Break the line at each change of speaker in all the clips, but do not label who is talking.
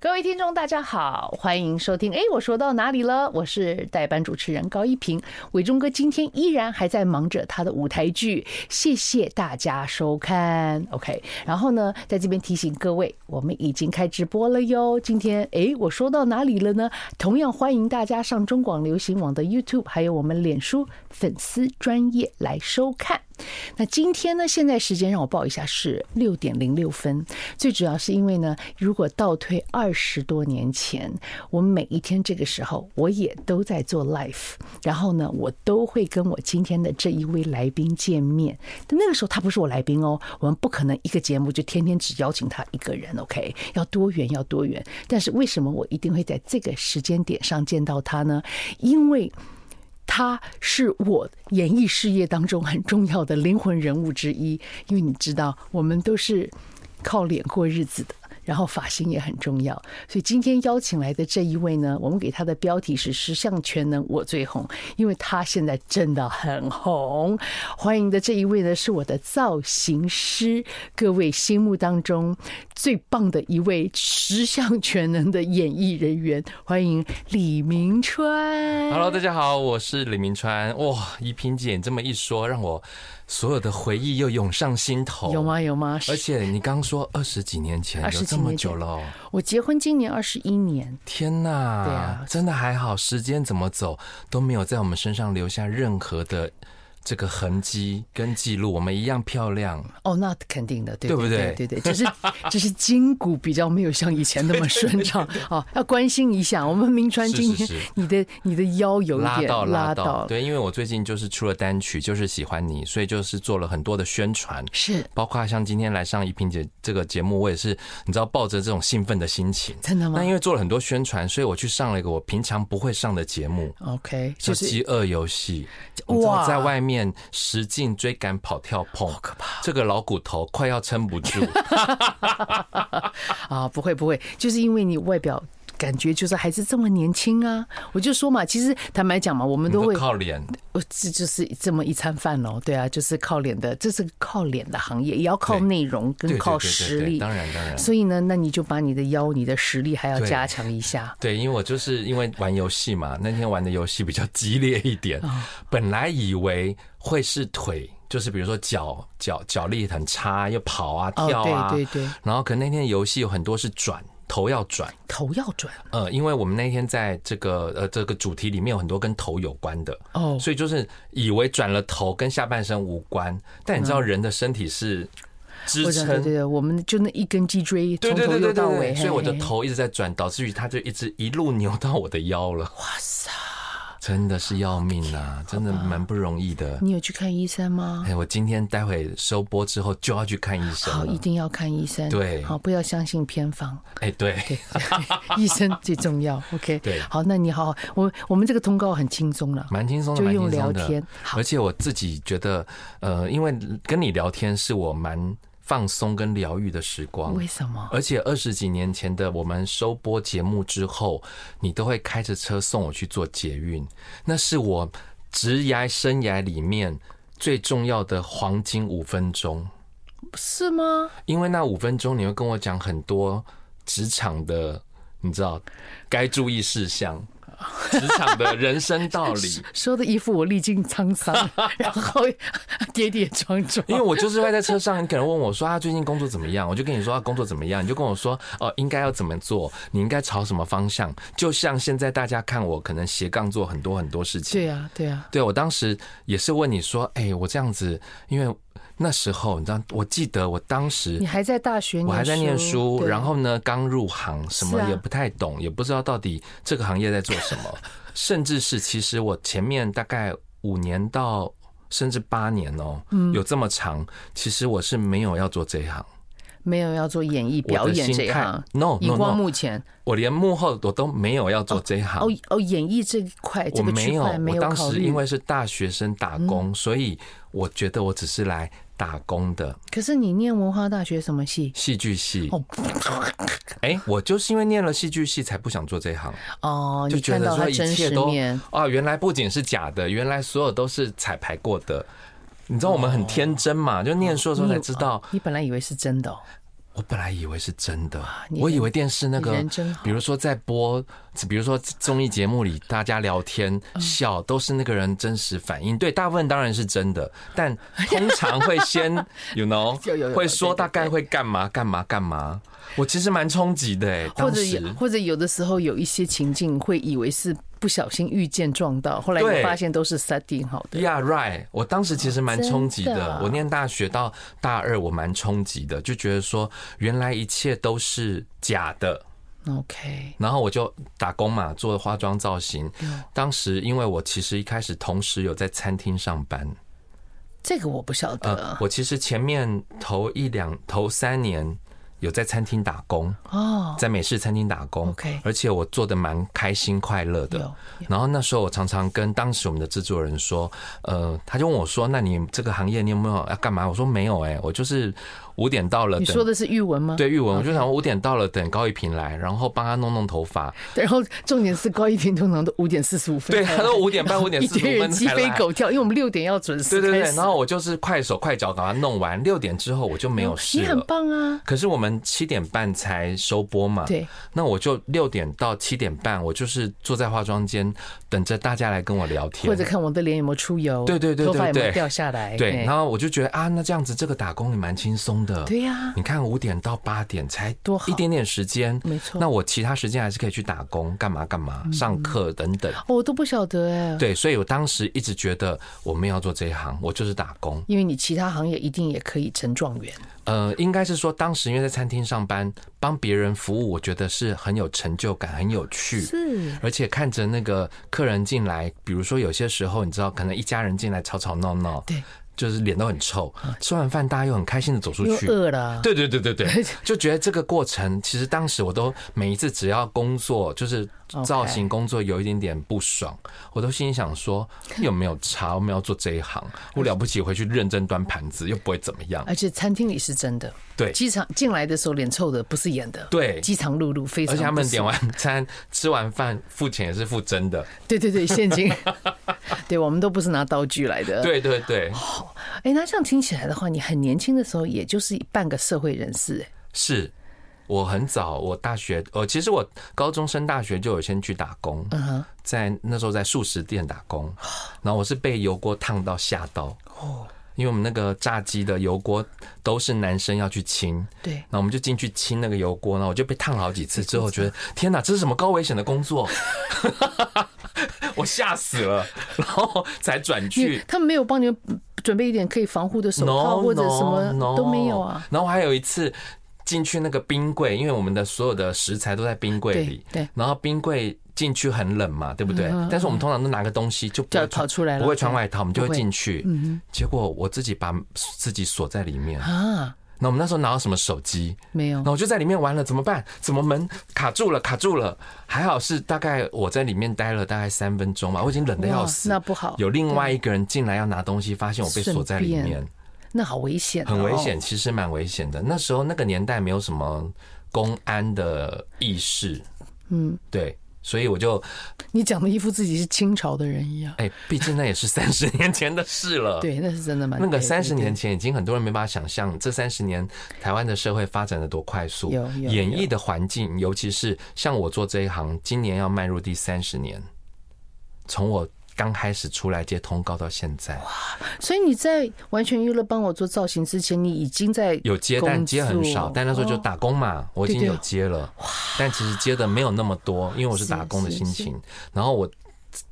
各位听众，大家好，欢迎收听。哎，我说到哪里了？我是代班主持人高一平。伟忠哥今天依然还在忙着他的舞台剧，谢谢大家收看。OK，然后呢，在这边提醒各位，我们已经开直播了哟。今天哎，我说到哪里了呢？同样欢迎大家上中广流行网的 YouTube，还有我们脸书粉丝专业来收看。那今天呢？现在时间让我报一下是六点零六分。最主要是因为呢，如果倒退二十多年前，我每一天这个时候我也都在做 live，然后呢，我都会跟我今天的这一位来宾见面。但那个时候他不是我来宾哦，我们不可能一个节目就天天只邀请他一个人，OK？要多元，要多元。但是为什么我一定会在这个时间点上见到他呢？因为。他是我演艺事业当中很重要的灵魂人物之一，因为你知道，我们都是靠脸过日子的，然后发型也很重要。所以今天邀请来的这一位呢，我们给他的标题是“十项全能我最红”，因为他现在真的很红。欢迎的这一位呢，是我的造型师，各位心目当中最棒的一位十项全能的演艺人员，欢迎李明川。
Hello，大家好，我是李明川。哇，一萍姐你这么一说，让我所有的回忆又涌上心头。
有？吗？有吗？
哦而且你刚说二十几年前，
20
有这么久了哦。
我结婚今年二十一年，
天
对
呐
啊，
真的还好，时间怎么走都没有在我们身上留下任何的这个痕迹跟记录，我们一样漂亮。
哦，那肯定的，对对
对不
对对对，只是只是筋骨比较没有像以前那么顺 畅哦，要关心一下。我们明川
是
今天
是是
你的你的腰有一
拉
点
到
拉
到，，对，因为我最近就是出了单曲，就是喜欢你，所以就是做了很多的宣传，
是
包括像今天来上一萍姐这个节目，我也是你知道抱着这种兴奋的心情。
真的吗
那因为做了很多宣传，所以我去上了一个我平常不会上的节目，
？OK，就
叫《
是
饥饿游戏》。
哇
你知道在外面实劲追赶、跑、跳、碰，好可怕！这个老骨头快要撑不 住。
啊，不会不会，就是因为你外表。感觉就是还是这么年轻啊！我就说嘛，其实坦白讲嘛，我们
你
都
都
会
靠脸，
我这就是这么一餐饭喽，对啊，就是靠脸的，这是靠脸的行业，也要靠
对
内容
对
跟
对
靠
对对
实
对
力。
当然当然。
所以呢，那你就把你的腰、你的实力还要加强一下。
对，因为我就是因为玩游戏嘛，那天玩的游戏比较激烈一点，
哦
本来以为会是腿，就是比如说脚脚脚力很差，又跑啊
哦
跳啊，
对对对
然后可能那天游戏有很多是转。头要转，
头要转
呃，因为我们那天在这个呃这个主题里面有很多跟头有关的，
哦，
所以就是以为转了头跟下半身无关，但你知道
嗯
人的身体是支
我想对
撑
对，对，我们就那一根脊椎
对
从
对
头
对
又
对
到
对
尾，
对，所以我的
嘿嘿
头一直在转，导致于它就一直一路扭到我的腰了。哇塞，真的是要命啊，真的蛮不容易的。
你有去看医生吗？
哎，我今天待会收播之后就要去看医生
好，一
了。
定要看医生。
对
好，不要相信偏方，
哎，对，
对，医生最重要。OK，
对
好，那你好好，我我们这个通告很轻松了，
蛮轻松的，
就
蛮
用
轻
聊
松的
天。好
而且我自己觉得，呃，因为跟你聊天是我蛮放松跟疗愈的时光。
为什么？
而且二十几年前的我们收播节目之后，你都会开着车送我去做捷运，那是我职涯生涯里面最重要的黄金五分钟，
是吗？
因为那五分钟你会跟我讲很多职场的，你知道该注意事项，职场的人生道理。
说的一副我历经沧 桑，然后跌跌撞 撞。
因为我就是会在车上，你可能问我说他最近工作怎么样，我就跟你说他啊工作怎么样，你就跟我说哦应该要怎么做，你应该朝什么方向。就像现在大家看我可能斜杠做很多很多事情，
对啊，对啊，
对我当时也是问你说，哎，我这样子，因为那时候你知道，我记得我当时
你还在大学，
我还在念书，
对
然后呢，刚入行，什么
是啊
也不太懂，也不知道到底这个行业在做什么，甚至是其实我前面大概五年到甚至八年哦、
嗯
有这么长，其实我是没有要做这一行，
没有要做演艺表
我的
演这
心
一
态
行。
，no
荧
no
光
no，
幕前
我连幕后我都没有要做这一行
哦，哦，演艺这一块
我
这个
没
区
有，
块没
我
有
当
考
时
虑，嗯
因为是大学生打工，所以我觉得我只是来打工的
可是你念文化大学什么系？
戏剧系，
哦
哎，我就是因为念了戏剧系才不想做这一行。
哦，
就
你
觉
看
得
到
说
他
一
真
切
实
都
面，
啊，原来不仅是假的，原来所有都是彩排过
哦
的。你知道我们很天真嘛？就念书的时候才知道，
你本来以为是真的哦，
我本来以为是真的
你，
我
人
以为电视那
你
个
人真好，
比如说在播，比如说综艺节目里大家聊天
嗯
笑，都是那个人真实反应。对，大部分当然是真的，但通常会 先
有有有
，you know，会说
对对
大概会干嘛干嘛干嘛。我其实蛮冲击的哎，
或
当
者
时
有或者有的时候有一些情境会以为是不小心遇见撞到，后来
对
你发现都是 setting 好的。
Yeah, right。我当时其实蛮冲击
哦真的啊
的。我念大学到大二，我蛮冲击的，就觉得说原来一切都是假的。
OK，
然后我就打工嘛，做化妆造型。
嗯
当时因为我其实一开始同时有在餐厅上班，
这个我不晓
呃
得，
我其实前面头一两头三年有在餐厅打工，
哦。
在美式餐厅打工。
OK
而且我做的蛮开心快乐的。
有
然后那时候我常常跟当时我们的制作人说，呃，他就问我说：“那你这个行业你有没有要干嘛？”我说：“没有，哎，我就是五点到了
你说
等。
的是玉文吗？”
对玉文，我就想五点到了，等高一平来，然后帮他弄弄头发。
对。然后重点是高一平通常都五点四十五分
对，
才来，
他都五 点半、五点
一
四十
堆
五
人
分
鸡
才
飞
来。
狗跳，因为我们六点要准时
对对对
开，始
然后我就是快手快脚把它弄完，六点之后我就没有事
你很
了。
棒啊，
可是我们七点半才收播嘛，
对，
那我就六点到七点半，我就是坐在化妆间等着大家来跟我聊天，
或者看我的脸有没有出油，
对对对
头发
对
有没有
对
掉下来，
对，
哎
然后我就觉得啊，那这样子这个打工也蛮轻松的。
对呀，
你看五点到八点才
多好
一点点时间，
没错嗯
那我其他时间还是可以去打工，干嘛干嘛，上课等等。
哦我都不晓得哎，
对，所以我当时一直觉得我们要做这一行，我就是打工。
因为你其他行业一定也可以成状元，
呃，应该是说当时因为在餐厅上班，帮别人服务，我觉得是很有成就感，很有趣。
是
而且看着那个客人进来，比如说有些时候，你知道，可能一家人进来吵吵闹闹，
对，
就是脸都很臭。吃完饭，大家又很开心的走出
又
去，
饿了，
对对对对对， 就觉得这个过程，其实当时我都每一次只要工作就是造型工作有一点点不爽，我都心里想说有没有差，我们要做这一行，我了不起回去认真端盘子又不会怎么样。
而且餐厅里是真的，
对
呃机场进来的时候脸臭的不是演的，
对
饥肠辘辘，非常不
而
爽，
且他们点完餐吃完饭付钱也是付真的，
对对对，现 金，对我们都不是拿刀具来的，，
对对对，
哎，那这样听起来的话，你很年轻的时候，也就是半个社会人士，哎
是。我很早，我大学，呃，其实我高中升大学就有先去打工，
嗯哼，
在那时候在素食店打工，然后我是被油锅烫到吓到，因为我们那个炸鸡的油锅都是男生要去清，
对，
那我们就进去清那个油锅，然后我就被烫了好几次之后，觉得天哪，这是什么高危险的工作？ 我吓死了，然后才转
因为
去。
他们没有帮你们嗯准备一点可以防护的手
no
套或者什
no,
么
no
都没有啊。。
然后还有一次进去那个冰柜，因为我们的所有的食材都在冰柜里，
对对嗯
然后冰柜进去很冷嘛，对不对？但是我们通常都拿个东西就不
就
会
要跑出来了，嗯
不会穿外套，我们就会
不会
进去。结果我自己把自己锁在里面。
啊，
那我们那时候拿到什么手机？
没有
然，后我就在里面玩了，怎么办？怎么门卡住了？卡住了！还好是大概我在里面待了大概三分钟吧，我已经冷的要
哇
死。
那不好
有另外一个人进来要拿东西，发现我被锁在里
顺
面
便，那好危险、哦，
很危险，。其实蛮危险的。那时候那个年代没有什么公安的意识，嗯，对，所以我就
你讲的一副自己是清朝的人一样，
哎，毕竟那也是三十年前的事了，
对，那是真的蛮
那个
对
三十
对
年前，已经很多人没办法想象，这三十年台湾的社会发展的多快速，
有有
演艺的环境，尤其是像我做这一行，今年要迈入第三十年，从我刚开始出来接通告到现在，
所以你在完全娱乐帮我做造型之前，你已经在
有接但
工
接很少
作，
但那时候就
哦
打工嘛，我已经
对对
有接了，但其实接的没有那么多，因为我是
是
打工的
是
心
是
情，然后我。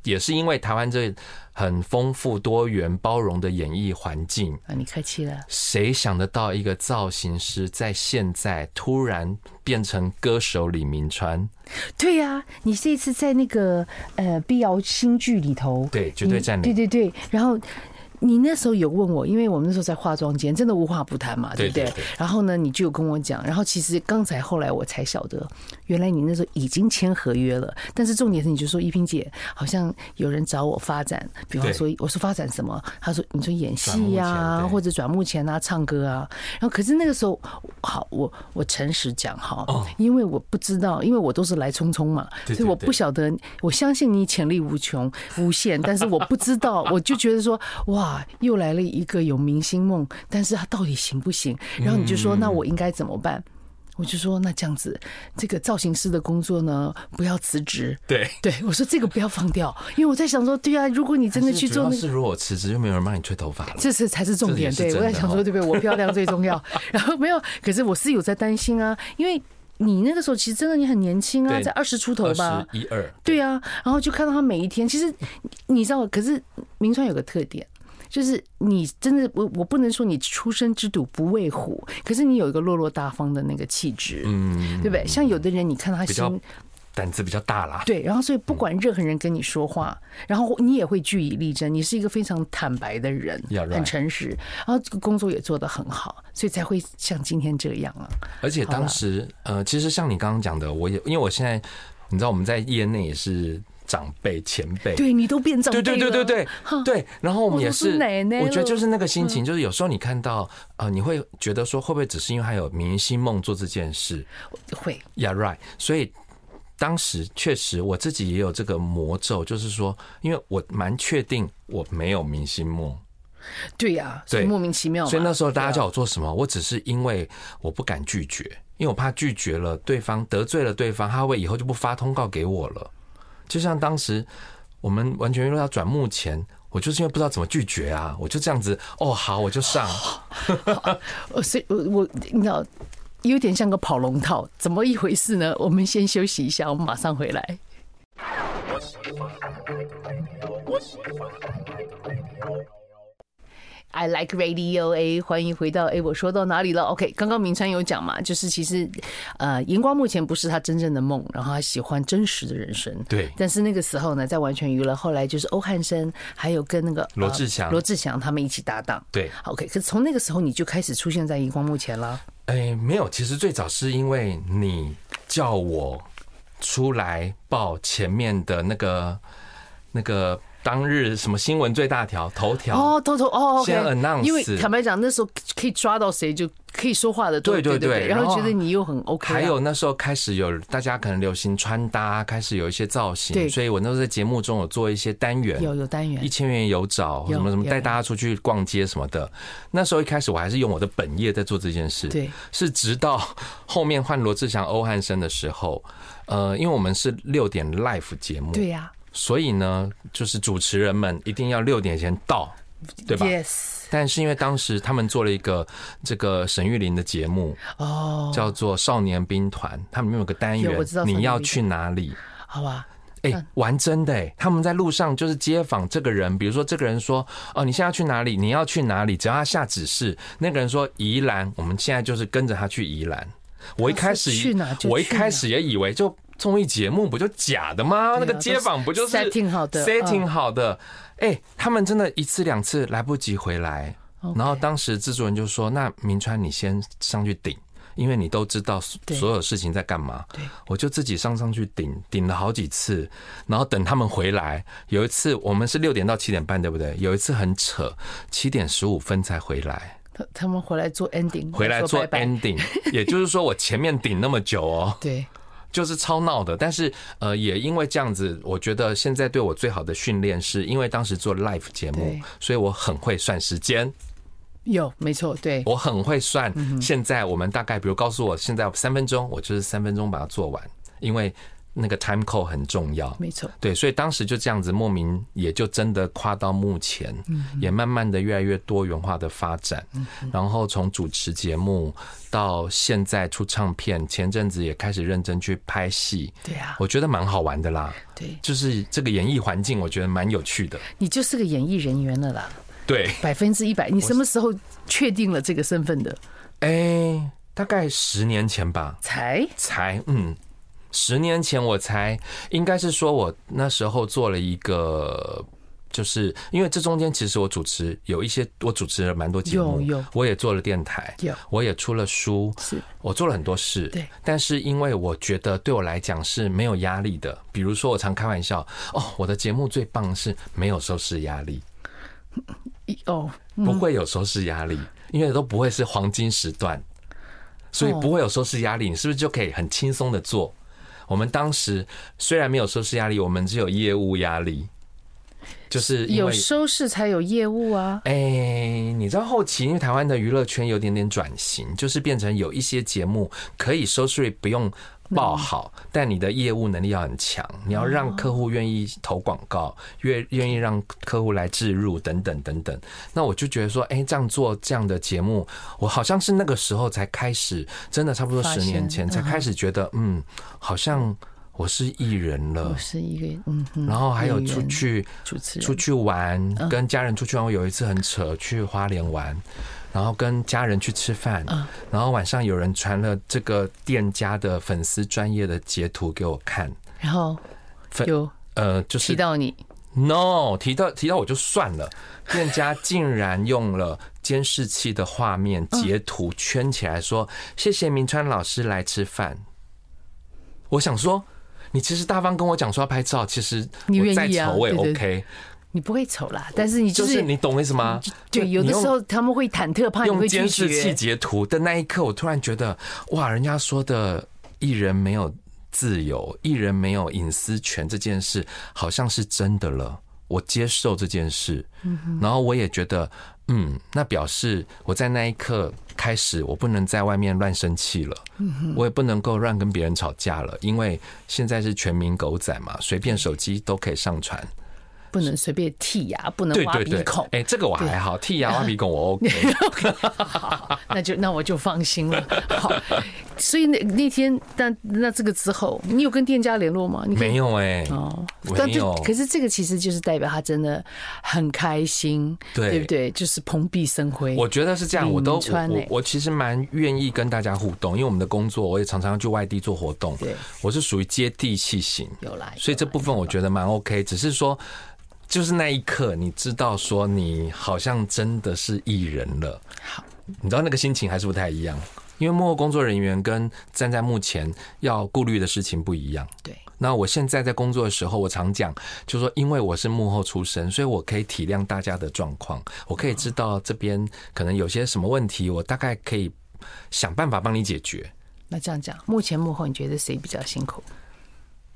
也是因为台湾这很丰富、多元、包容的演艺环境，
啊，你客气了，
谁想得到一个造型师在现在突然变成歌手李明川？
对呀、你这次在那个呃碧瑶新剧里头，
对，嗯绝对
你
占
对
领。
嗯对对，然后。你那时候有问我，因为我们那时候在化妆间，真的无话不谈嘛，
对
不对？
对对
然后呢，你就有跟我讲，然后其实刚才后来我才晓得，原来你那时候已经签合约了。但是重点是，你就说依萍姐好像有人找我发展，比方
对
说我说发展什么，他说你说演
转
戏
幕
呀、
前对
或者转幕前啊，唱歌啊。然后可是那个时候，好，我我诚实讲哈，
哦
因为我不知道，因为我都是来匆匆嘛，
对对
所以我
对
不 晓得，我相信你潜力无穷、无限，但是我不知道，我就觉得说，哇，哇，又来了一个有明星梦，但是他到底行不行？然后你就说，
嗯
那我应该怎么办？我就说，那这样子，这个造型师的工作呢，不要辞职。
对。
对，我说这个不要放掉，因为我在想说，对啊，如果你真的去做
但
那
是
个
主要。是如果我辞职，就没有人帮你吹头发了。
这是才是重点。
这
对
也是
我
真的
在想说，
哦
对不对？我漂亮最重 要。然后没有，可是我是有在担心啊，因为你那个时候其实真的你很年轻啊，
对
才二十出头
二
吧
十。一二，
对啊，然后就看到他每一天，其实你知道，可是明川有个特点。就是你真的，我我不能说你出生之犊不畏虎，可是你有一个落落大方的那个气质，
嗯，
对不对？像有的人，你看他
比较
心
胆子比较大啦。
对，然后所以不管任何人跟你说话，然后你也会据以力争，你是一个非常坦白的人
Yeah, right.
很诚实，然后这个工作也做得很好，所以才会像今天这样啊。
而且当时，呃，其实像你刚刚讲的，我也因为我现在，你知道我们在业内也是长辈前辈，
对你都变长辈
对对对对对对，然后我们也
我
是
都是奶奶了嗯
我觉得就是那个心情，就是有时候你看到，呃，你会觉得说，会不会只是因为他有明星梦做这件事
对，会
？Yeah, right。所以当时确实我自己也有这个魔咒，就是说，因为我蛮确定我没有明星梦，
对呀、所
对
以莫名其妙嘛。
所以那时候大家叫我做什么，我只是因为我不敢拒绝，因为我怕拒绝了对方得罪了对方，他会以后就不发通告给我了。就像当时我们完全娱乐要转幕前，我就是因为不知道怎么拒绝啊，我就这样子哦，好我就上，
呃，所以我我你知道，有点像个跑龙套，怎么一回事呢？我们先休息一下，我们马上回来。I like radio A，欢迎回到哎，我说到哪里了？OK，刚刚明川有讲嘛，就是其实，呃，荧光幕前不是他真正的梦，然后他喜欢真实的人生。
对
但是那个时候呢，在完全娱乐，后来就是欧汉声，还有跟那个呃
罗志祥
罗志祥他们一起搭档。
对，
OK，可是从那个时候你就开始出现在荧光幕前啦。
哎，没有，其实最早是因为你叫我出来报前面的那个那个当日什么新闻最大条头条
哦，偷偷哦，OK，
先 announce
因为坦白讲，那时候可以抓到谁就可以说话的都，
对
对
对对
然后
然后
觉得你又很 OK，啊
还有那时候开始有大家可能流行穿搭，开始有一些造
对
型，所以我那时候在节目中有做一些单元，
有有单元
一，千元有找
有
什么什么
有
带大家出去逛街什么的。那时候一开始我还是用我的本业在做这件事，
对，
是直到后面换罗志祥、欧汉声的时候，呃，因为我们是六点 live 节目，
对呀
所以呢，就是主持人们一定要六点前到，对吧？
，Yes，
但是因为当时他们做了一个这个沈玉琳的节目，
哦，
叫做少年兵团，他们里面有个单
有
元
我知道，
你要去哪里？
好吧，
哎、
嗯
玩真的哎、他们在路上就是街访这个人，比如说这个人说，哦，你现在要去哪里？你要去哪里？只要他下指示，那个人说宜兰，我们现在就是跟着他去宜兰。我一开始
哦是去哪就去哪
我一开始也以为就综艺节目不就假的
啊
吗？那个街访不就是
setting 好的嗯
setting 好的？哎，他们真的一次两次来不及回来，然后当时制作人就说：“那明川你先上去顶，因为你都知道所
对
所有事情在干嘛。”
对，
我就自己上上去顶，顶了好几次，然后等他们回来。有一次我们是六点到七点半，对不对？有一次很扯，七点十五分才回来。
他他们回来做 ending，
回来
说
做
拜拜
ending，也就是说我前面顶那么久哦，
对，
就是超闹的。但是呃，也因为这样子，我觉得现在对我最好的训练是，因为当时做 live 节目
对，
所以我很会算时间，
有没错，对，
我很会算。现在我们大概比如告诉我现在三分钟，我就是三分钟把它做完，因为那个 time code 很重要。
没错，
对，所以当时就这样子，莫名也就真的跨到目前，也慢慢的越来越多元化的发展。然后从主持节目到现在出唱片，前阵子也开始认真去拍戏，
对啊，
我觉得蛮好玩的啦。
对
就是这个演艺环境，我觉得蛮有趣的。
你就是个演艺人员了啦，
对，
百分之一百，你什么时候确定了这个身份的？
哎，大概十年前吧，
才
才嗯，十年前我才应该是说，我那时候做了一个，就是因为这中间其实我主持有一些，我主持了蛮多节目，
有有
我也做了电台，
有
我也出了书，
是
我做了很多事，
对。
但是因为我觉得对我来讲是没有压力的，比如说我常开玩笑，哦，我的节目最棒是没有收视压力，
一哦，
不会有收视压力，因为都不会是黄金时段，所以
哦
不会有收视压力，你是不是就可以很轻松的做？我们当时虽然没有收视压力，我们只有业务压力，就是因
有
为
收视才有业务啊。
哎、你知道后期因为台湾的娱乐圈有点点转型，就是变成有一些节目可以收视率不用报好，
嗯
但你的业务能力要很强，你要让客户愿意投广告，愿愿意让客户来置入等等等等。那我就觉得说，哎、这样做这样的节目，我好像是那个时候才开始，真的差不多
发
十
现
年前才开始觉得，嗯，好像我是艺人了
我。是一个嗯哼，
然后还有
演
出
员
去
主持人，
出去玩，
嗯
跟家人出去玩，我有一次很扯，去花莲玩，然后跟家人去吃饭，
嗯
然后晚上有人传了这个店家的粉丝专业的截图给我看，
然后
分
有
呃，就
提
是
到你
no 提到提到我就算 了，店家竟然用了监视器的画面截图圈起来
嗯
说，谢谢明川老师来吃饭，我想说。你其实大方跟我讲说要拍照，其实
你愿
我
意
再
啊
丑我也
对对
OK，
你不会丑啦，但是你
就是、
是
你懂我意思吗？
就有的
你用
时候他们会忐忑，啊怕你
用
会
监
拒
视器
绝。
截图的那一刻，我突然觉得，哇，人家说的艺人没有自由，艺人没有隐私权这件事，好像是真的了。我接受这件事，
嗯
然后我也觉得，嗯，那表示我在那一刻开始，我不能在外面乱生气了，
嗯
我也不能够乱跟别人吵架了，因为现在是全民狗仔嘛，随便手机都可以上传。
不能随便剔牙，不能
对
挖
对哎
鼻
对
孔，，
哎、这个我还好，剃牙挖鼻孔我 OK。
那就那我就放心了。好，所以那那天，但那这个之后，你有跟店家联络吗？你
没
有
有哎、
哦
没，
但就
有
可是这个其实就是代表他真的很开心，
对
对不对？就是蓬荜生辉。
我觉得是这样，
李
我都
明川
我我
欸
我其实蛮愿意跟大家互动，因为我们的工作，我也常常去外地做活动
对，
我是属于接地气型，
有来，
所以这部分我觉得蛮 OK，只是说。就是那一刻，你知道说你好像真的是艺人了，
好，
你知道那个心情还是不太一样，因为幕后工作人员跟站在幕前要顾虑的事情不一样。
对，
那我现在在工作的时候，我常讲，就是说，因为我是幕后出身，所以我可以体谅大家的状况，我可以知道这边可能有些什么问题，我大概可以想办法帮你解决。
那这样讲，目前幕后你觉得谁比较辛苦？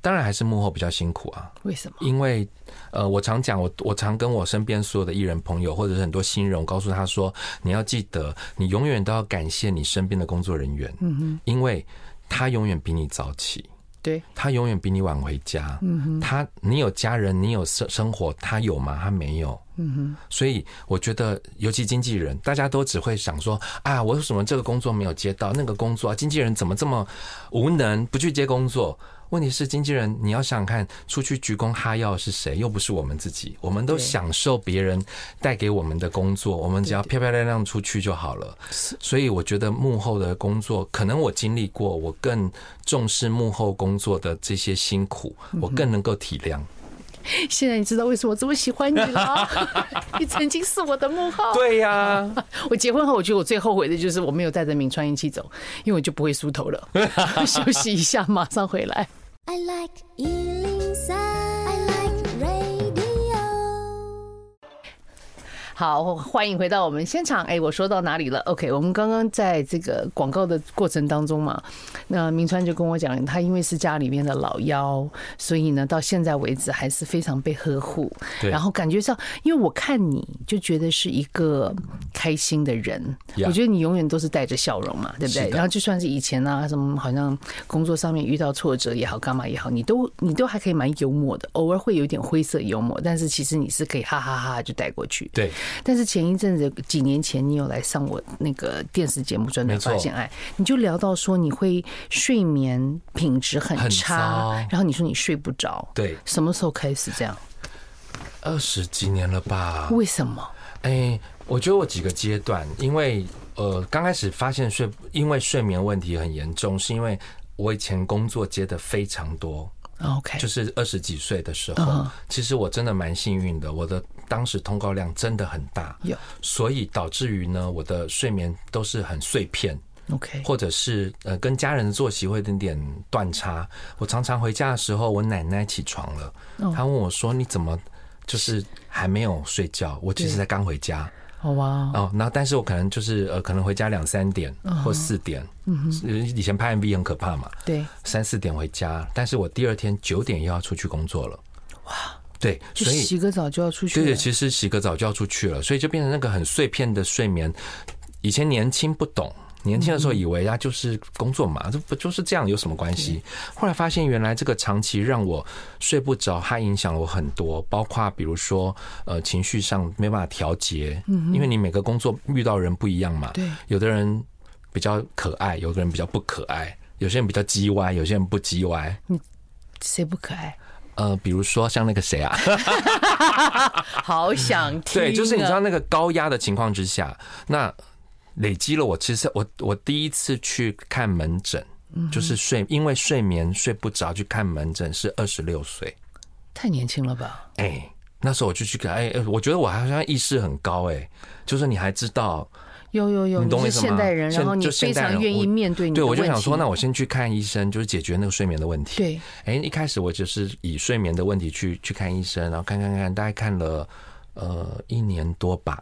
当然还是幕后比较辛苦啊，
为什么？
因为呃，我常讲，我我常跟我身边所有的艺人朋友，或者是很多新人，我告诉他说，你要记得，你永远都要感谢你身边的工作人员，嗯哼，因为他永远比你早起。
对，
他永远比你晚回家。他你有家人，你有生生活，他有吗？他没有。所以我觉得，尤其经纪人，大家都只会想说啊，我为什么这个工作没有接到，那个工作，啊经纪人怎么这么无能，不去接工作？问题是，经纪人你要想想看，出去鞠躬哈腰的是谁？又不是我们自己，我们都
对
享受别人带给我们的工作，我们只要漂漂亮亮出去就好了。所以我觉得幕后的工作，可能我经历过，我更重视幕后工作的这些辛苦，
嗯
我更能够体谅。
现在你知道为什么我这么喜欢你 了？你曾经是我的幕后。
对呀、
我结婚后，我觉得我最后悔的就是我没有带着明川一起走，因为我就不会梳头 了。休息一下，马上回来。
I like Ealing Sound. I like radio.
好，欢迎回到我们现场。哎，我说到哪里了？OK，我们刚刚在这个广告的过程当中嘛，那明川就跟我讲，他因为是家里面的老幺，所以呢，到现在为止还是非常被呵护。
对
然后感觉上，因为我看你就觉得是一个开心的人
Yeah
我觉得你永远都是带着笑容嘛，对不对
是？的
然后就算是以前啊，什么好像工作上面遇到挫折也好，干嘛也好，你都你都还可以蛮幽默的，偶尔会有点灰色幽默，但是其实你是可以哈哈哈哈就带过去。
对，
但是前一阵子几年前，你有来上我那个电视节目《专门
没错
发现爱》，你就聊到说你会睡眠品质很
很
差，
糟
然后你说你睡不着，
对
什么时候开始这样？
二十几年了吧？
为什么？
哎、我觉得我几个阶段，因为呃，刚开始发现睡，因为睡眠问题很严重，是因为我以前工作接的非常多，
啊 OK，
就是二十几岁的时
嗯
候，其实我真的蛮幸运的，我的当时通告量真的很大，
有
所以导致于呢，我的睡眠都是很碎片。
OK，
或者是呃跟家人的作息会有点点断差。我常常回家的时候，我奶奶起床了，她问我说：“你怎么就是还没有睡觉？”我其实才刚回家
好吧，
哦，然后但是我可能就是呃可能回家两三点或四点，以前拍 MV 很可怕嘛，
对，
三四点回家，但是我第二天九点又要出去工作了。哇！对，
就
所以
洗个澡就要出去
对
了。
对，其实洗个澡就要出去了，所以就变成那个很碎片的睡眠。以前年轻不懂，年轻的时候以为啊就是工作嘛，这不就是这样有什么关系？后来发现原来这个长期让我睡不着，它影响了我很多，包括比如说呃情绪上没办法调节，因为你每个工作遇到人不一样嘛，
嗯对
有的人比较可爱，有的人比较不可爱，有些人比较叽歪，有些人不叽歪。
谁不可爱？
呃，比如说像那个谁啊，
好想听、啊。
对，就是你知道那个高压的情况之下，那累积了我其实我我第一次去看门诊，
嗯
就是睡因为睡眠睡不着去看门诊是二十六岁，
太年轻了吧？
哎、那时候我就去看，哎、哎我觉得我好像意识很高、哎，就是你还知道，
有有有，
你懂我
是
意思吗
现代人，
现
然后你
就现
非
代人
常愿意
我
面对你的
对我
问题。
就想说，那我先去看医生，就是解决那个睡眠的问题。
对，
哎、一开始我就是以睡眠的问题去去看医生，然后看看看，大概看了呃一年多吧，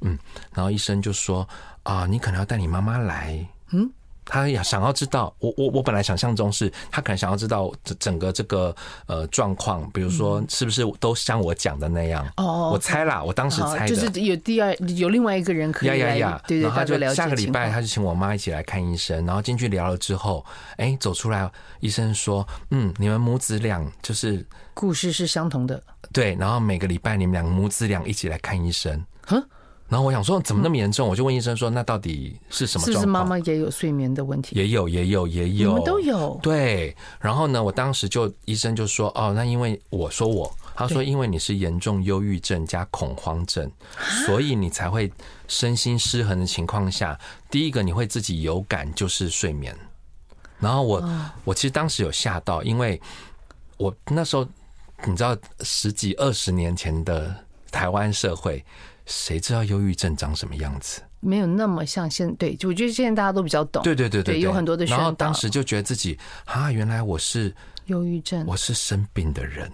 嗯，
然后医生就说啊，你可能要带你妈妈来。
嗯，
他也想要知道，我我我本来想象中是他可能想要知道整整个这个呃状况，比如说是不是都像我讲的那样？
嗯哦
我猜啦，我当时
好，
猜
就
的。
是有第二有另外一个人可
呀
以
呀
来，
呀！
对对，
然后
大
他
概了
就
解
下个礼
情
拜
况
他就请我妈一起来看医生，然后进去聊了之后，哎，走出来，医生说，嗯，你们母子俩就是
故事是相同的。
对，然后每个礼拜你们俩母子俩一起来看医生。
哼，
然后我想说怎么那么严重，我就问医生说，那到底是什么
是不
状况？
是妈妈也有睡眠的问题？
也有，也有，也
你
有，
们都。有。
对，然后呢，我当时就医生就说，哦，那因为我说我，他说
对啊
因为你是严重忧郁症加恐慌症，所以你才会身心失衡的情况下，第一个你会自己有感就是睡眠。然后我、
哦
我其实当时有吓到，因为我那时候你知道十几二十年前的台湾社会，谁知道忧郁症长什么样子？
没有那么像现对，就我觉得现在大家都比较懂。
对对对对，
有很多的宣
然后
导。
当时就觉得自己啊，原来我是
忧郁症，
我是生病的人，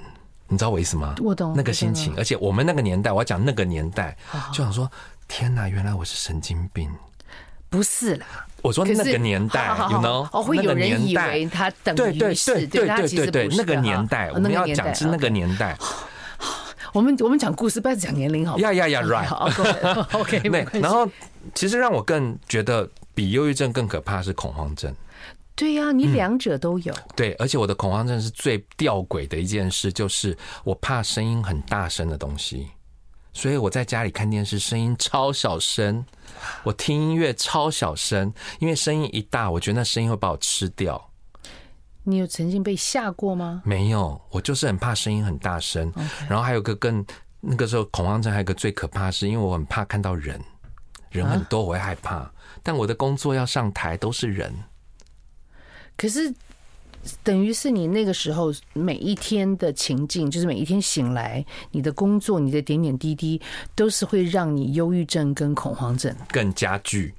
你知道我意思吗？
我懂
那个心情，而且我们那个年代，我要讲那个年代，就想说天哪，原来我是神经病。
不是啦，
我说
可
哦那
是
个年代
好好好
，you know，
哦，会
那
有
个
人
年
以
代
为他等
对
于
对
是，
对对
他其
对
实
对，
不是
那个
的哈
年代，
哦那
我们
个
要
年代
讲是那个年代，
我们我们讲故事，不要讲年龄 好不好哎
呀呀呀，right，
好 哎好，OK，OK，没
对
关。系。
然后其实让我更觉得比忧郁症更可怕是恐慌症。
对呀、你两者都有，
对，而且我的恐慌症是最吊诡的一件事，就是我怕声音很大声的东西，所以我在家里看电视声音超小声，我听音乐超小声，因为声音一大，我觉得那声音会把我吃掉。
你有曾经被吓过吗？
没有，我就是很怕声音很大声。然后还有个更那个时候恐慌症还有个最可怕的是，因为我很怕看到人，人很多我会害怕，但我的工作要上台都是人。
可是等于是你那个时候每一天的情境，就是每一天醒来，你的工作，你的点点滴滴，都是会让你忧郁症跟恐慌症。
更加剧，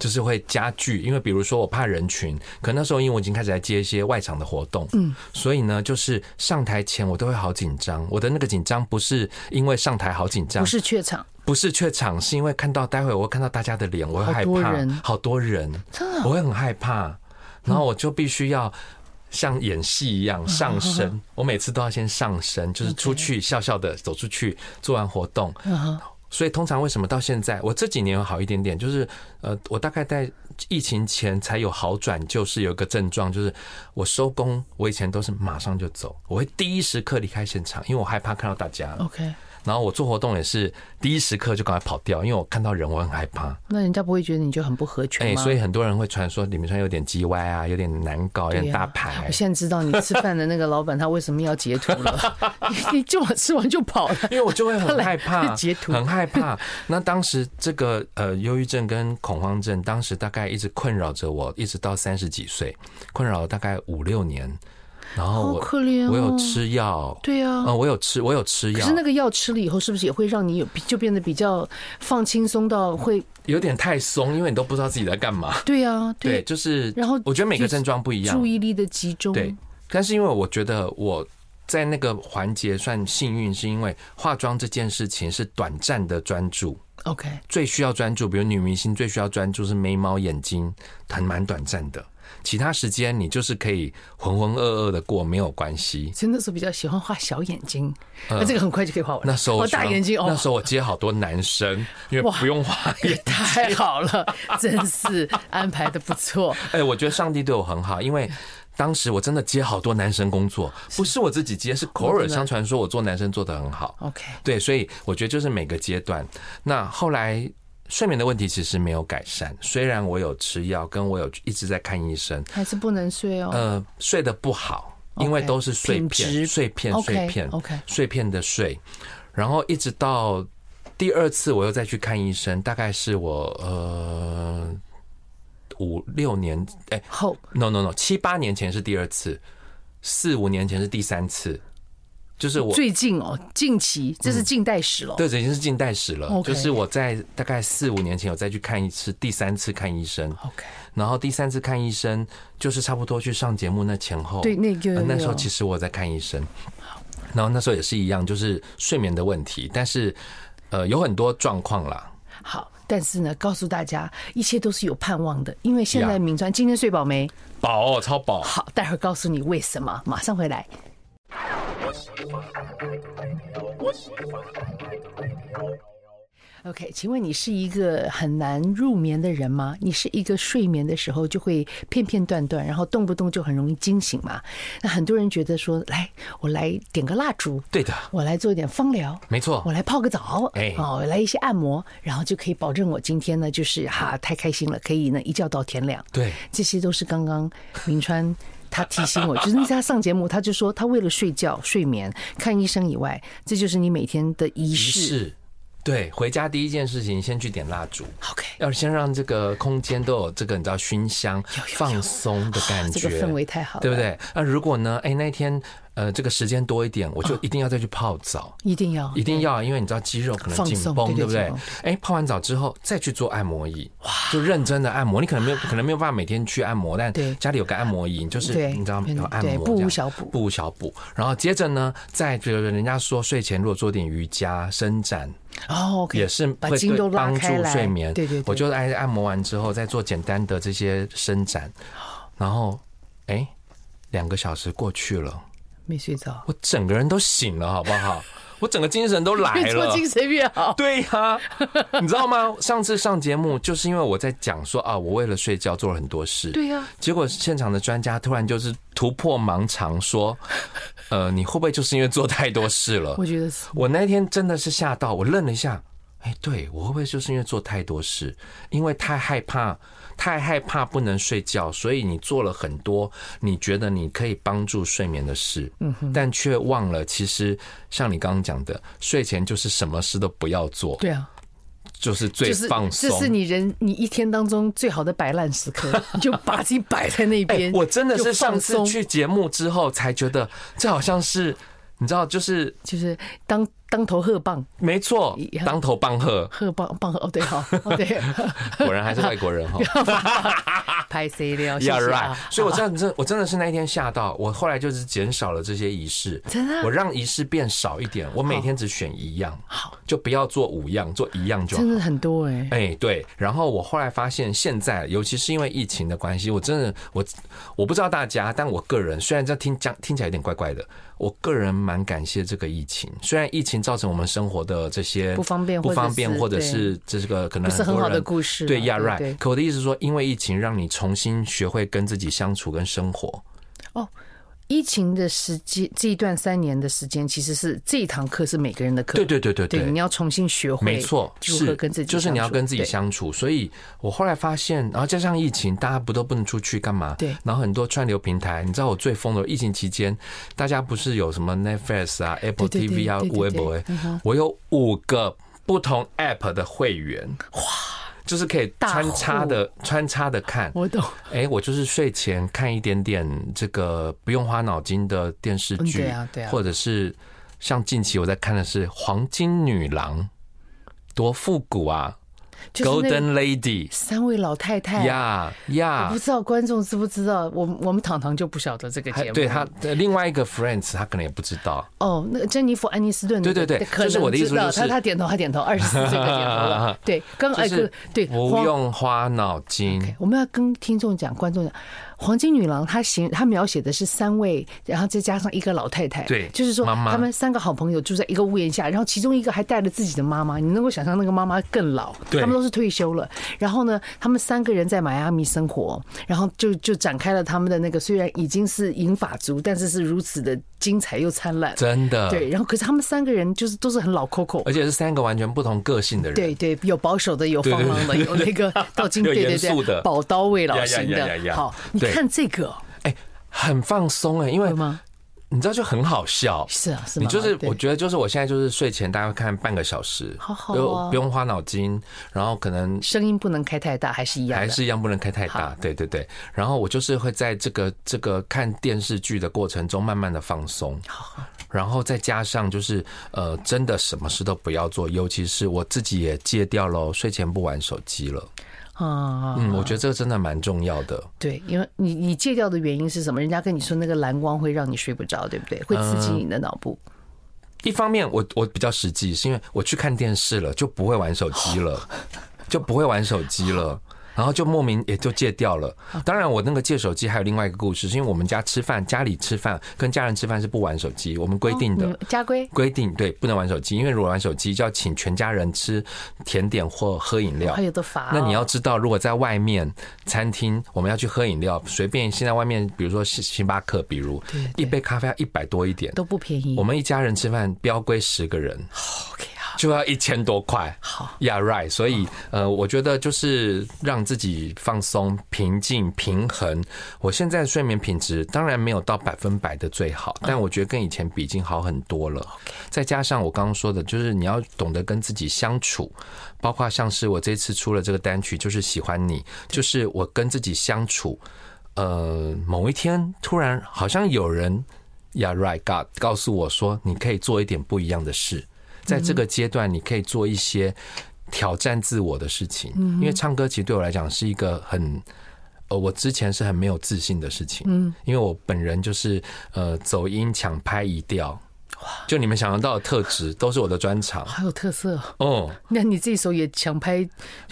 就是会加剧。因为比如说我怕人群，可那时候因为我已经开始在接一些外场的活动，嗯，所以呢，就是上台前我都会好紧张。我的那个紧张不是因为上台好紧张，
不是怯场，
不是怯场，是因为看到待会我会看到大家的脸，我会害
好多
怕
人，
好多人，
真的啊
我会很害怕，然后我就必须要。像演戏
嗯
一样上身，我每次都要先上身，就是出去笑笑的走出去，做完活动，
嗯哼
所以通常为什么到现在，我这几年有好一点点，就是呃，我大概在疫情前才有好转，就是有一个症状，就是我收工，我以前都是马上就走，我会第一时刻离开现场，因为我害怕看到大家，
，OK，
然后我做活动也是第一时刻就赶快跑掉，因为我看到人我很害怕，
那人家不会觉得你就很不合群
哎，
吗？
所以很多人会传说李明川有点叽歪啊，有点难搞，有
对
点
呀
大牌
我，现在知道你吃饭的那个老板他为什么要截图了， 你就我吃完就跑了。
因为我就会很害
他来
怕，
截图
很害怕。那当时这个呃，忧郁症跟恐慌症，当时大概一直困扰着我，一直到三十几岁，困扰了大概五六年。然后
好
我
可怜哦
我有吃药，
对啊
呃，我有吃，我有吃
可
药
是，那个药吃了以后，是不是也会让你有就变得比较放轻松到会？
有点太松，因为你都不知道自己在干嘛。
对啊，
对，就是，
然后
我觉得每个
就是
症状不一样，
注意力的集中。
对，但是因为我觉得我在那个环节算幸运，是因为化妆这件事情是短暂的专注，
，OK，
最需要专注，比如女明星最需要专注是眉毛、眼睛，很蛮短暂的。其他时间你就是可以浑浑噩噩的过，没有关系。
真的是比较喜欢画小眼睛，那这个很快就可以画完。
呃那时候
哦
我
大
喜欢
眼睛哦，
那时候我接好多男生，因为
哇
不用画
也太好了， 真是安排的不错。
哎、我觉得上帝对我很好，因为当时我真的接好多男生工作，不是我自己接，是口耳相传说我做男生做的很好。
OK，
对，所以我觉得就是每个阶段。那后来睡眠的问题其实没有改善，虽然我有吃药，跟我有一直在看医生，
还是不能睡哦。
呃，睡得不好，因为
OK，
都是碎
品质
片、碎片、
OK，
碎片、
OK
碎片的睡，然后一直到第二次我又再去看医生，大概是我呃五六年，哎、
后
no no no，七八年前是第二次，四五年前是第三次，就是我
最近哦，近期这是近代史了。
对，这已经是近代史了，
OK
就是我在大概四五年前有再去看一次，第三次看医生，
OK，
然后第三次看医生就是差不多去上节目那前后，
对那个
呃那时候
有
其实我在看医生，然后那时候也是一样，就是睡眠的问题，但是呃有很多状况啦，
好。但是呢，告诉大家，一切都是有盼望的，因为现在
呀
明川今天睡饱没？
饱、哦、超饱，
好，待会儿告诉你为什么，马上回来。OK，请问你是一个很难入眠的人吗？你是一个睡眠的时候就会片片段段，然后动不动就很容易惊醒吗？那很多人觉得说，来，我来点个蜡烛，
对的，
我来做一点芳疗，
没错
我，来泡个澡，
哎
哦，来一些按摩，然后就可以保证我今天呢，就是哈太开心了，可以呢一觉到天亮。
对，
这些都是刚刚明川他提醒我，就是那次他上节目，他就说他为了睡觉、睡眠、看医生以外，这就是你每天的仪
仪
式。
式，对，回家第一件事情先去点蜡烛。
OK，
要先让这个空间都有这个你知道熏香、放松的感
啊这
觉，
个氛围太好了，
对不？对？那如果呢，哎，那一天呃这个时间多一点，我就一定要再去泡澡。
一定要
一定要，因为你知道肌肉可能
放
紧
松
绷，
对对
对不对
紧绷？
哎，泡完澡之后再去做按摩椅，就认真的按摩。你可能没有，可能没有办法每天去按摩，但
对
家里有个按摩椅，你就是
对
你知道
嗯
有按
对
摩这
不
样，
无小补
不无小补。然后接着呢，再就是人家说睡前如果做点瑜伽伸展，
哦，OK，
也是
把
会
筋
对
都拉
帮助
开来，
睡眠。
对对对，
我就按按摩完之后再做简单的这些伸展，
哦
然后哎，两个小时过去了，
没睡着，
我整个人都醒了，好不好？我整个精神都来
越做
了。
精神越好。
对呀、你知道吗？上次上节目就是因为我在讲说啊，我为了睡觉做了很多事。
对呀，
结果现场的专家突然就是突破盲肠，说：“呃，你会不会就是因为做太多事了？”
我觉得是
我那天真的是吓到，我愣了一下，哎，对我会不会就是因为做太多事，因为太害怕，太害怕不能睡觉，所以你做了很多你觉得你可以帮助睡眠的事，嗯但却忘了，其实像你刚刚讲的，睡前就是什么事都不要做，
对啊，
就是最
就是
放
这
松。
是你人你一天当中最好的摆烂时刻，你就把自己摆在那
哎、
边。
我真的
就是
上
放
次
松
去节目之后才觉得，这好像是你知道，就是
就是当当头喝棒，
没错
一，样
当头棒喝，
喝棒棒喝哦，对，好，哦 对，
果然还是外国人 哈。
拍 C 了，谢谢
Yeah, right
啊。。
所以，我真的真我真的是那一天吓到，我后来就是减少了这些仪式，
真的啊
我让仪式变少一点，我每天只选一样，
好，
就不要做五样，做一样就好
真。的很多哎、
哎、对。然后我后来发现，现在尤其是因为疫情的关系，我真的我我不知道大家，但我个人虽然这听讲听起来有点怪怪的，我个人蛮感谢这个疫情。虽然疫情造成我们生活的这些
不方便
不方便，
或
或
者
者
是
是这个可能
不是很
多
好的
人
故事嘛。啊
对，Yeah
对
right。可我的意思是说，因为疫情让你重新学会跟自己相处跟生活，
疫情的时间这一段三年的时间，其实是这一堂课是每个人的课。
对对对对
对你要重新学会，
没错，
如何
是
跟自己
就是你要
相处
跟自己
对
相处。所以我后来发现，然后加上疫情，大家不都不能出去干嘛？
对
然后很多串流平台，你知道我最疯的，疫情期间，大家不是有什么 Netflix 啊、Apple
对对对
TV 啊、
对对嗯
w e
对
b 我有五个不同 App 的会员，哇，就是可以
大
穿插的穿插的看。
我懂。
哎、我就是睡前看一点点这个不用花脑筋的电视
嗯
剧、
对啊对啊
或者是像近期我在看的是《黄金女郎》，多复古啊、
就是那
g o l d e n Lady，
三位老太太，
呀
我
呀
不，知道观众知不知道，我我们糖糖就不晓得这个节
还
目。
对他另外一个 Friends，他可能也不知道。
哦，那个珍妮弗·安妮斯顿那个，
对对对
可
就是我的意
能
思
知道
就是。
他他点头，他点头，二十四岁的点头了 对，刚
就
哎
是
对，
不
荒
用花脑筋，
我们要跟听众讲、观众讲，黄金女郎》她形她描写的是三位，然后再加上一个老太太，
对
就是说
妈妈
他们三个好朋友住在一个屋檐下，然后其中一个还带了自己的妈妈，你能够想象那个妈妈更老，
对
他们都是退休了。然后呢，他们三个人在迈阿密生活，然后就就展开了他们的那个虽然已经是银发族，但是是如此的精彩又灿烂。
真的，
对，，然后可是他们三个人就是都是很老 Coco，
而且是三个完全不同个性的人，
对对，有保守的，有放浪的，
对对对
有那个到今
有
对对
严肃
对
的
宝刀未老型
呀呀呀呀
的。
呀
好，你
对
看这个
哎、很放松哎、因
会
为
吗？
你知道就很好笑，
是啊，是吗？
你就是
对
我觉得就是我现在就是睡前大概会看半个小时，
好好
就
哦
不用花脑筋，然后可能
声音不能开太大，还是一样的。
还是一样不能开太大，对对对。然后我就是会在这个这个看电视剧的过程中慢慢的放松，然后再加上就是呃，真的什么事都不要做，尤其是我自己也戒掉喽，睡前不玩手机了。
啊，
嗯，我觉得这个真的蛮重要的。
对，因为你你戒掉的原因是什么？人家跟你说那个蓝光会让你睡不着，对不对？会刺激你的脑部。
一方面我我比较实际，是因为我去看电视了，就不会玩手机了， 就不会玩手机了。然后就莫名也就戒掉了。
哦
当然，我那个戒手机还有另外一个故事，是因为我们家吃饭，家里吃饭跟家人吃饭是不玩手机，我们规定的。
嗯家规
规定对不能玩手机，因为如果玩手机就要请全家人吃甜点或喝饮料
还。有的罚哦。
那你要知道，如果在外面餐厅，我们要去喝饮料，随便现在外面，比如说星星巴克，比如
对对
一杯咖啡要一百多一点，
都不便宜。
我们一家人吃饭标规十个人
OK 好，
就要一千多块。
好，
Yeah, right。所以，呃，我觉得就是让自己放松、平静、平衡。我现在睡眠品质当然没有到百分百的最好，但我觉得跟以前比已经好很多了。再加上我刚刚说的，就是你要懂得跟自己相处，包括像是我这次出了这个单曲，就是喜欢你，就是我跟自己相处。呃，某一天突然好像有人，Yeah, right, God 告诉我说，你可以做一点不一样的事。在这个阶段，你可以做一些挑战自我的事情，因为唱歌其实对我来讲是一个很。呃，我之前是很没有自信的事情，嗯，因为我本人就是呃走音、抢拍、移调，就你们想得到的特质都是我的专长，
好有特色哦。
哦，
那你这首也抢拍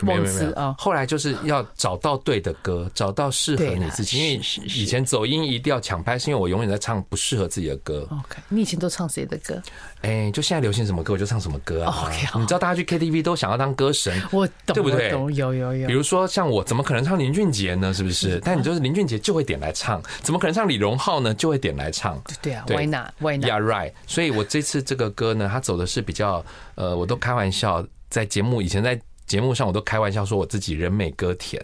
没有
忘
没有没
词
有
啊，？
后来就是要找到对的 歌，找到适合
对啦
你自己，因为
是是是
以前走音、移调、抢拍是因为我永远在唱不适合自己的歌，
OK，你以前都唱谁的歌？
哎、就现在流行什么歌我就唱什么歌啊。
哦，OK，好
你知道大家去 KTV 都想要当歌神，
我懂，
对不对
我懂，有有
比
有。
如说像我，怎么可能唱林俊杰呢？是不
嗯
是？但你就是林俊杰就会点来唱，怎么可能唱李荣浩呢？就会点来唱。
对啊
对
，Why not？Why not？
Yeah, right。所以我这次这个歌呢，它走的是比较呃，我都开玩笑，在节目以前在节目上我都开玩笑说我自己人美歌甜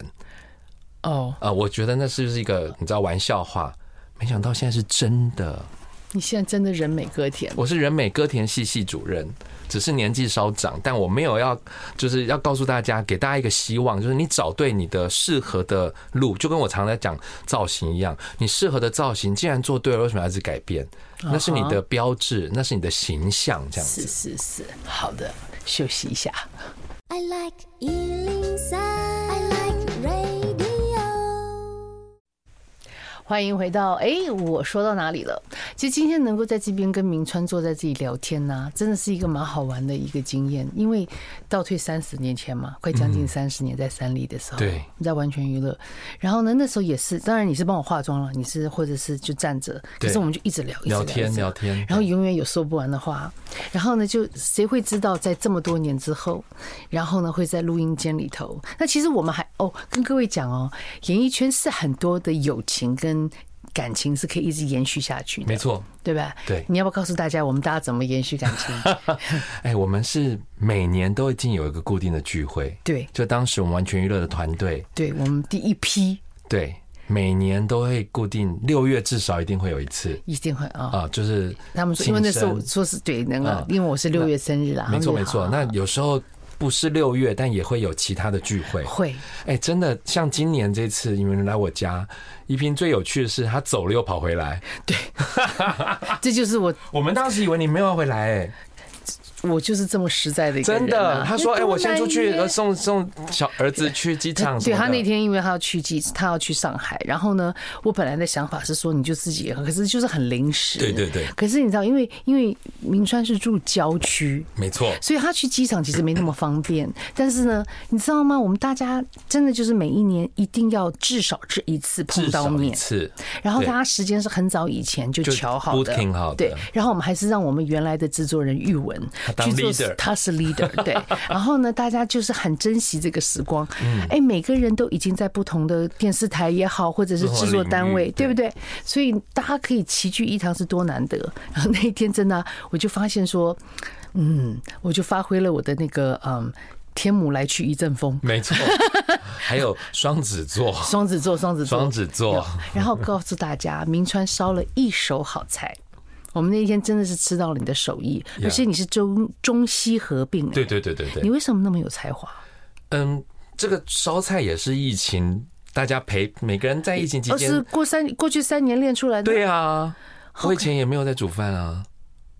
哦，
啊、呃我觉得那是不是一个你知道玩笑话？没想到现在是真的，
你现在真的人美歌甜，
我是人美歌田系系主任，只是年纪稍长，但我没有要就是要告诉大家，给大家一个希望，就是你找对你的适合的路，就跟我常在讲造型一样，你适合的造型既然做对了，为什么要去改变？那是你的标志，那是你的形象，这样
是
子。
是是，好的，休息一下。
I like Ealing Sound. I like radio.
欢迎回到哎，我说到哪里了？其实今天能够在这边跟明川坐在这里聊天呢、真的是一个蛮好玩的一个经验。因为倒退三十年前嘛，快将近三十年，在三立的时候，
嗯对
你在完全娱乐。然后呢，那时候也是，当然你是帮我化妆了，你是或者是就站着，可
对
是我们就一直聊，一直
聊天
一直
聊天，
然后永远有说不完的话。然后呢，就谁会知道在这么多年之后，然后呢会在录音间里头？那其实我们还哦，跟各位讲哦，演艺圈是很多的友情跟。感情是可以一直延续下去的，
没，错，
对吧？
对
你要不要告诉大家我们大家怎么延续感 情？
哎，我们是每年都已经有一个固定的聚会，
对，
就当时我们完全娱乐的团队，
对我们第一批
对，每年都会固定六月至少一定会有一次。
一定会啊，
啊，就是
他们说，
庆
因为那时候
生
说是对那个
啊，
因为我是六月生日啦，
没错
他
没
们就
错，那有时候不是六月，但也会有其他的聚会。
会
哎、真的像今年这次你们来我家，一平最有趣的是他走了又跑回来，
对，这就是我
我们当时以为你没有要回来、哎，
我就是这么实在的一个人、啊。
真的，他说：“
那
哎，
多
我先出去
难约
呃送送小儿子去机场。”
对他那天，因为他要去机，他要去上海，然后呢，我本来的想法是说你就自己，可是就是很临时。
对对对
可是你知道，因为因为明川是住郊区，
没错，
所以他去机场其实没那么方便。但是呢，你知道吗？我们大家真的就是每一年一定要至少这一次碰
至
到
少一
面，
次。
然后
对
大家时间是很早以前就
就
瞧好的
booking 好的
对。然后我们还是让我们原来的制作人玉文
当
去做事
leader
他是 leader，对。 然后呢，大家就是很珍惜这个时光。
嗯
哎，每个人都已经在不同的电视台也好，或者是制作单位，
不同
对
的领
不
域
对？所以大家可以齐聚一堂是多难得。 然后那一天真的啊、我就发现说，嗯，我就发挥了我的那个嗯，天母来去一阵风。
没错，还有双子座，
双子座，双子座，
双 子座，
然后告诉大家，明川烧了一手好菜。我们那一天真的是吃到了你的手艺，
Yeah
而且你是中中西合并、哎
对，对对对
你
对，
为什么那么有才华？
嗯，这个烧菜也是疫情，大家陪每个人在疫情期
而哦是
间，
过三过去三年练出来的。
对啊，我以前也没有在煮饭啊，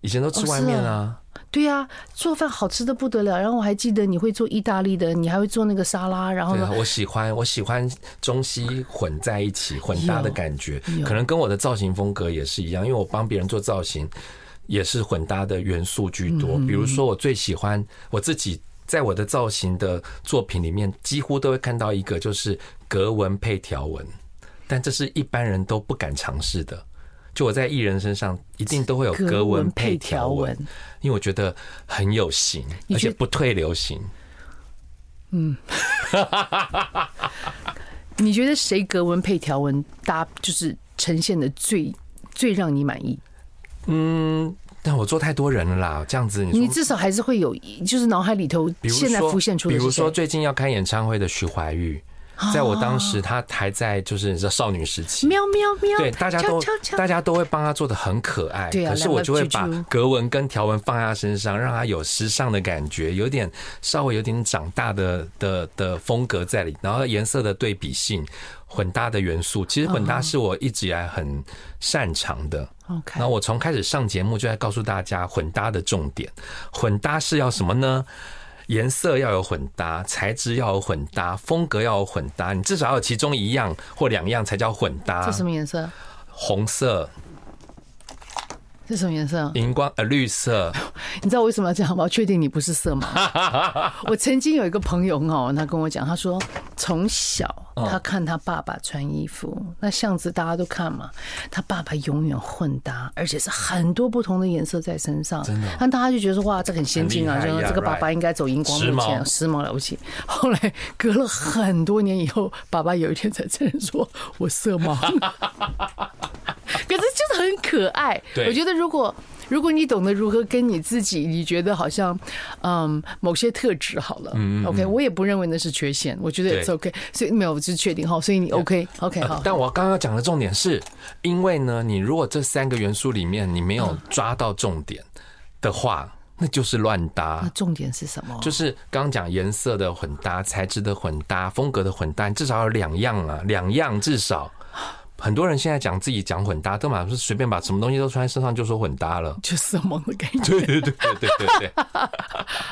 以前都吃外面啊，
对呀、做饭好吃的不得了。然后我还记得你会做意大利的，你还会哦做那个沙拉，然后
对
呢
啊，，我喜欢我喜欢中西混在一起混搭的感觉
有，
可能跟我的造型风格也是一样，因为我帮别人做造型也是混搭的元素居
嗯
多。比如说，我最喜欢我自己在我的造型的作品里面，几乎都会看到一个就是格纹配条纹，但这是一般人都不敢尝试的。就我在艺人身上，一定都会有格纹配条纹，因为我觉得很有型，
你
而
觉
且
得
不退流行。
你觉得谁格纹配条纹搭就是呈现的最最让你满意？
嗯，但我做太多人了啦，这样子你说
你至少还是会有，就是脑海里头
比如
现在
说
浮现出
比
的
如
是
说
谁？啊
最近要开演唱会的徐怀钰，在我当时她还在就是你知道少女时期。
喵喵喵！
对，大家
敲
都
敲敲
大家都会帮她做的很可爱，
对啊
可是我就会
两
把
个啾啾
格纹跟条纹放在她身上，让她有时尚的感觉，有点稍微有点长大的的的风格在里，然后颜色的对比性、混搭的元素，其实
嗯
混搭是我一直以来很擅长的。
OK，
然后我从开始上节目就在告诉大家混搭的重点，混搭是要什么呢？颜色要有混搭，材质要有混搭，风格要有混搭，你至少要有其中一样或两样才叫混搭
这。什么颜色？
红色、
这什么颜色？
荧光呃绿色，
你知道为什么要这样吗？我确定你不是色盲。 我曾经有一个朋友哦，他跟我讲，他说从小
嗯
他看他爸爸穿衣服，那巷子大家都看嘛，他爸爸永远混搭，而且是很多不同的颜色在身上，真的。那大家就觉得说哇，这很先进啊，
很厉害
就
呀
这个爸爸
right
应该走荧光路线，
时髦
时髦了不起。 后来隔了很多年以后，爸爸有一天才承认说我色 盲。可是就是很可爱。
对
我觉得如果如果你懂得如何跟你自己，你觉得好像嗯某些特质好了、o k 我也不认为那是缺陷，我觉得
嗯对
it's OK，所以没有我是确定哈，所以你 OK OK
呃
好。
但我刚刚讲的重点是，因为呢，你如果这三个元素里面你没有抓到重点的话，那就是乱搭。
那重点是什么？。
就是刚讲颜色的混搭、材质的混搭、风格的混搭，你至少有两样啊，两样至少。很多人现在讲自己讲混搭，都马上是随便把什么东西都穿在身上就说混搭了
就色盲的感觉
对对对对对对对。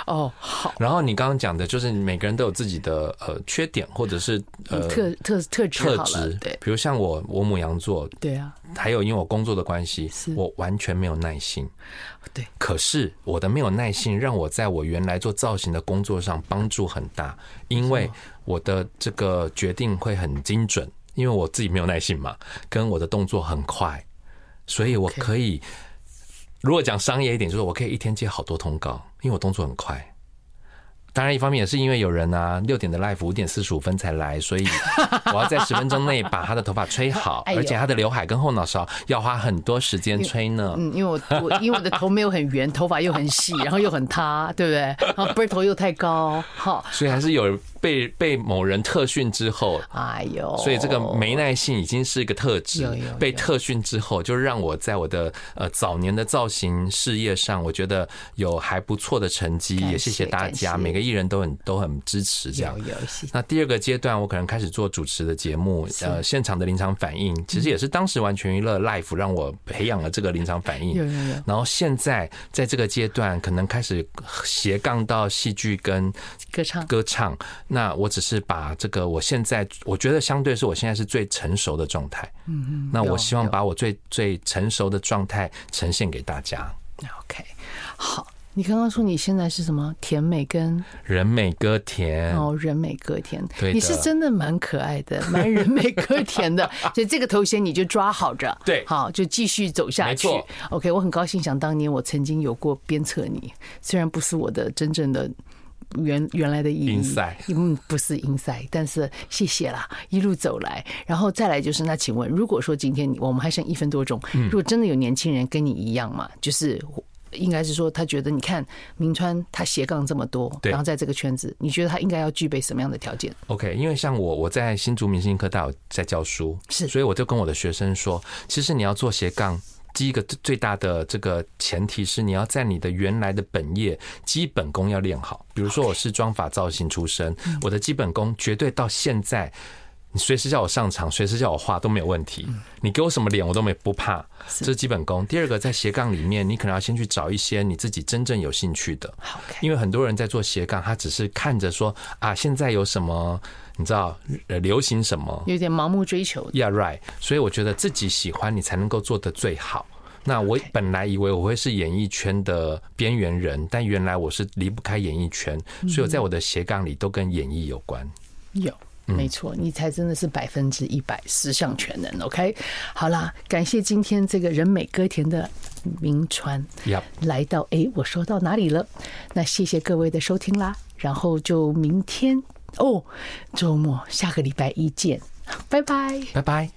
哦，好，
然后你刚刚讲的就是每个人都有自己的呃缺点或者是呃
特特特质
特
好了
质，
对
比如像我我母羊座，
对啊，
还有因为我工作的关系
是，哦
我完全没有耐心。
对，
可是我的没有耐性，让我在我原来做造型的工作上帮助很大，因为
哦
我的这个决定会很精准，因为我自己没有耐性嘛，跟我的动作很快，所以我
OK
可以，如果讲商业一点，就是我可以一天接好多通告，因为我动作很快。当然，一方面也是因为有人啊，六点的 live 五点四十五分才来，所以我要在十分钟内把他的头发吹好，
哎呦
而且他的刘海跟后脑勺要花很多时间吹呢。
嗯，因为我我因为我的头没有很啊圆，头发又很细，然后又很塌，对不对？然后不是头又太高，好，
所以还是有被被某人特训之后，
哎呦，
所以这个没耐性已经是一个特质
有有有。
被特训之后，就让我在我的呃早年的造型事业上，我觉得有还不错的成绩，
感谢
也谢谢大家，
感谢
每个艺人都很都很支持这样
有。有戏，
那第二个阶段，我可能开始做主持的节目，呃，现场的临场反应，其实也是当时完全娱乐 life 让我培养了这个临场反应
有。有有，
然后现在在这个阶段，可能开始斜杠到戏剧跟
歌唱
歌唱。那我只是把这个我现在我觉得相对是我现在是最成熟的状态。嗯嗯。那
有
我希望
有
把我最最成熟的状态呈现给大家。
，OK，好。你刚刚说你现在是什么甜美跟
人美歌甜，
哦人美歌甜，
嗯对的
你是真的蛮可爱 的，蛮人美歌甜的，所以这个头衔你就抓好着，
对
好就继续走下
没
去
错。
OK，我很高兴，想当年我曾经有过鞭策你，虽然不是我的真正的原原来的意义
Inside
嗯，不是 inside，但是谢谢啦，一路走来，然后再来就是，那请问，如果说今天你我们还剩一分多钟，
嗯
如果真的有年轻人跟你一样嘛，就是。应该是说，他觉得你看明川他斜杠这么多，
对
然后在这个圈子，你觉得他应该要具备什么样的条件？
OK，因为像我，我在新竹明星科大有在教书，
是
所以我就跟我的学生说，其实你要做斜杠，第一个最最大的这个前提是你要在你的原来的本业基本功要练好。比如说我是妆发造型出身，我的基本功绝对到现在。你随时叫我上场，随时叫我画都没有问题。你给我什么脸，我都没不怕，
是
这是基本功。第二个，在斜杠里面，你可能要先去找一些你自己真正有兴趣的。
好，OK，
因为很多人在做斜杠，他只是看着说啊，现在有什么，你知道，呃，流行什么
有点盲目追求
，Yeah right。所以我觉得自己喜欢，你才能够做得最好。那我
OK
本来以为我会是演艺圈的边缘人，但原来我是离不开演艺圈，所以我在我的斜杠里都跟演艺有关。
有。嗯没错，你才真的是百分之一百十项全能。OK，好啦，感谢今天这个人美歌甜的明川
Yep
来到。哎，我说到哪里了？那谢谢各位的收听啦，然后就明天哦，周末下个礼拜一见，拜拜。
拜拜。